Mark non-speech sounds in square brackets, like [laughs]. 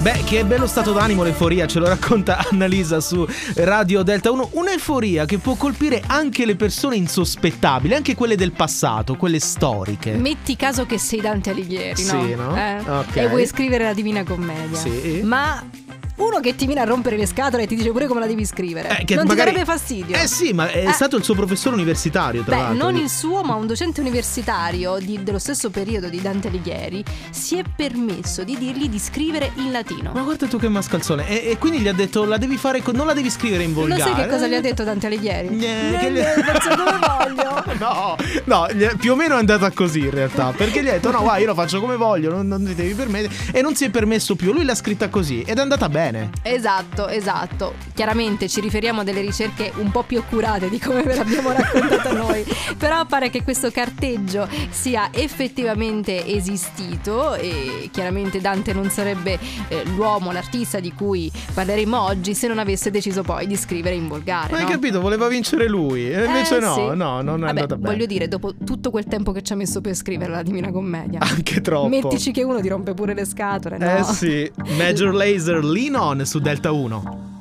Beh, che bello stato d'animo l'euforia, ce lo racconta [laughs] Annalisa su Radio Delta 1. Un'euforia che può colpire anche le persone insospettabili, anche quelle del passato, quelle storiche. Metti caso che sei Dante Alighieri, no? Sì, no? Eh? Ok. E vuoi scrivere la Divina Commedia. Sì. Ma uno che ti viene a rompere le scatole e ti dice pure come la devi scrivere. Eh, che non magari- ti darebbe fastidio. Eh sì, ma è Eh. stato il suo professore universitario, tra Beh, l'altro. non il suo, ma un docente universitario di- dello stesso periodo di Dante Alighieri si è permesso di dirgli di scrivere in Ma latino. guarda tu che mascalzone. E, e quindi gli ha detto la devi fare con- non la devi scrivere in Lo volgare. sai che cosa gli ha [laughs] detto Dante Alighieri? Eh, che gli- Eh, verso dove [laughs] voglio. Ah, No, no, gli è- più o meno è andata così in realtà. Perché gli ha detto: No, guarda, io lo faccio come voglio, non, non ti devi permettere. E non si è permesso più. Lui l'ha scritta così ed è andata bene. Esatto, esatto. Chiaramente ci riferiamo a delle ricerche un po' più accurate di come ve l'abbiamo raccontata noi, però pare che questo carteggio sia effettivamente esistito e chiaramente Dante non sarebbe eh, l'uomo, l'artista di cui parleremo oggi se non avesse deciso poi di scrivere in volgare. Ma hai Eh, no? capito? Voleva vincere lui. E invece Eh, no, sì. no, non è Vabbè, andata bene. Voglio dire, dopo tutto quel tempo che ci ha messo per scrivere la Divina Commedia, Anche Ah, troppo. mettici che uno ti rompe pure le scatole, no? [laughs] Eh sì, Major Laser Lean On su Delta 1.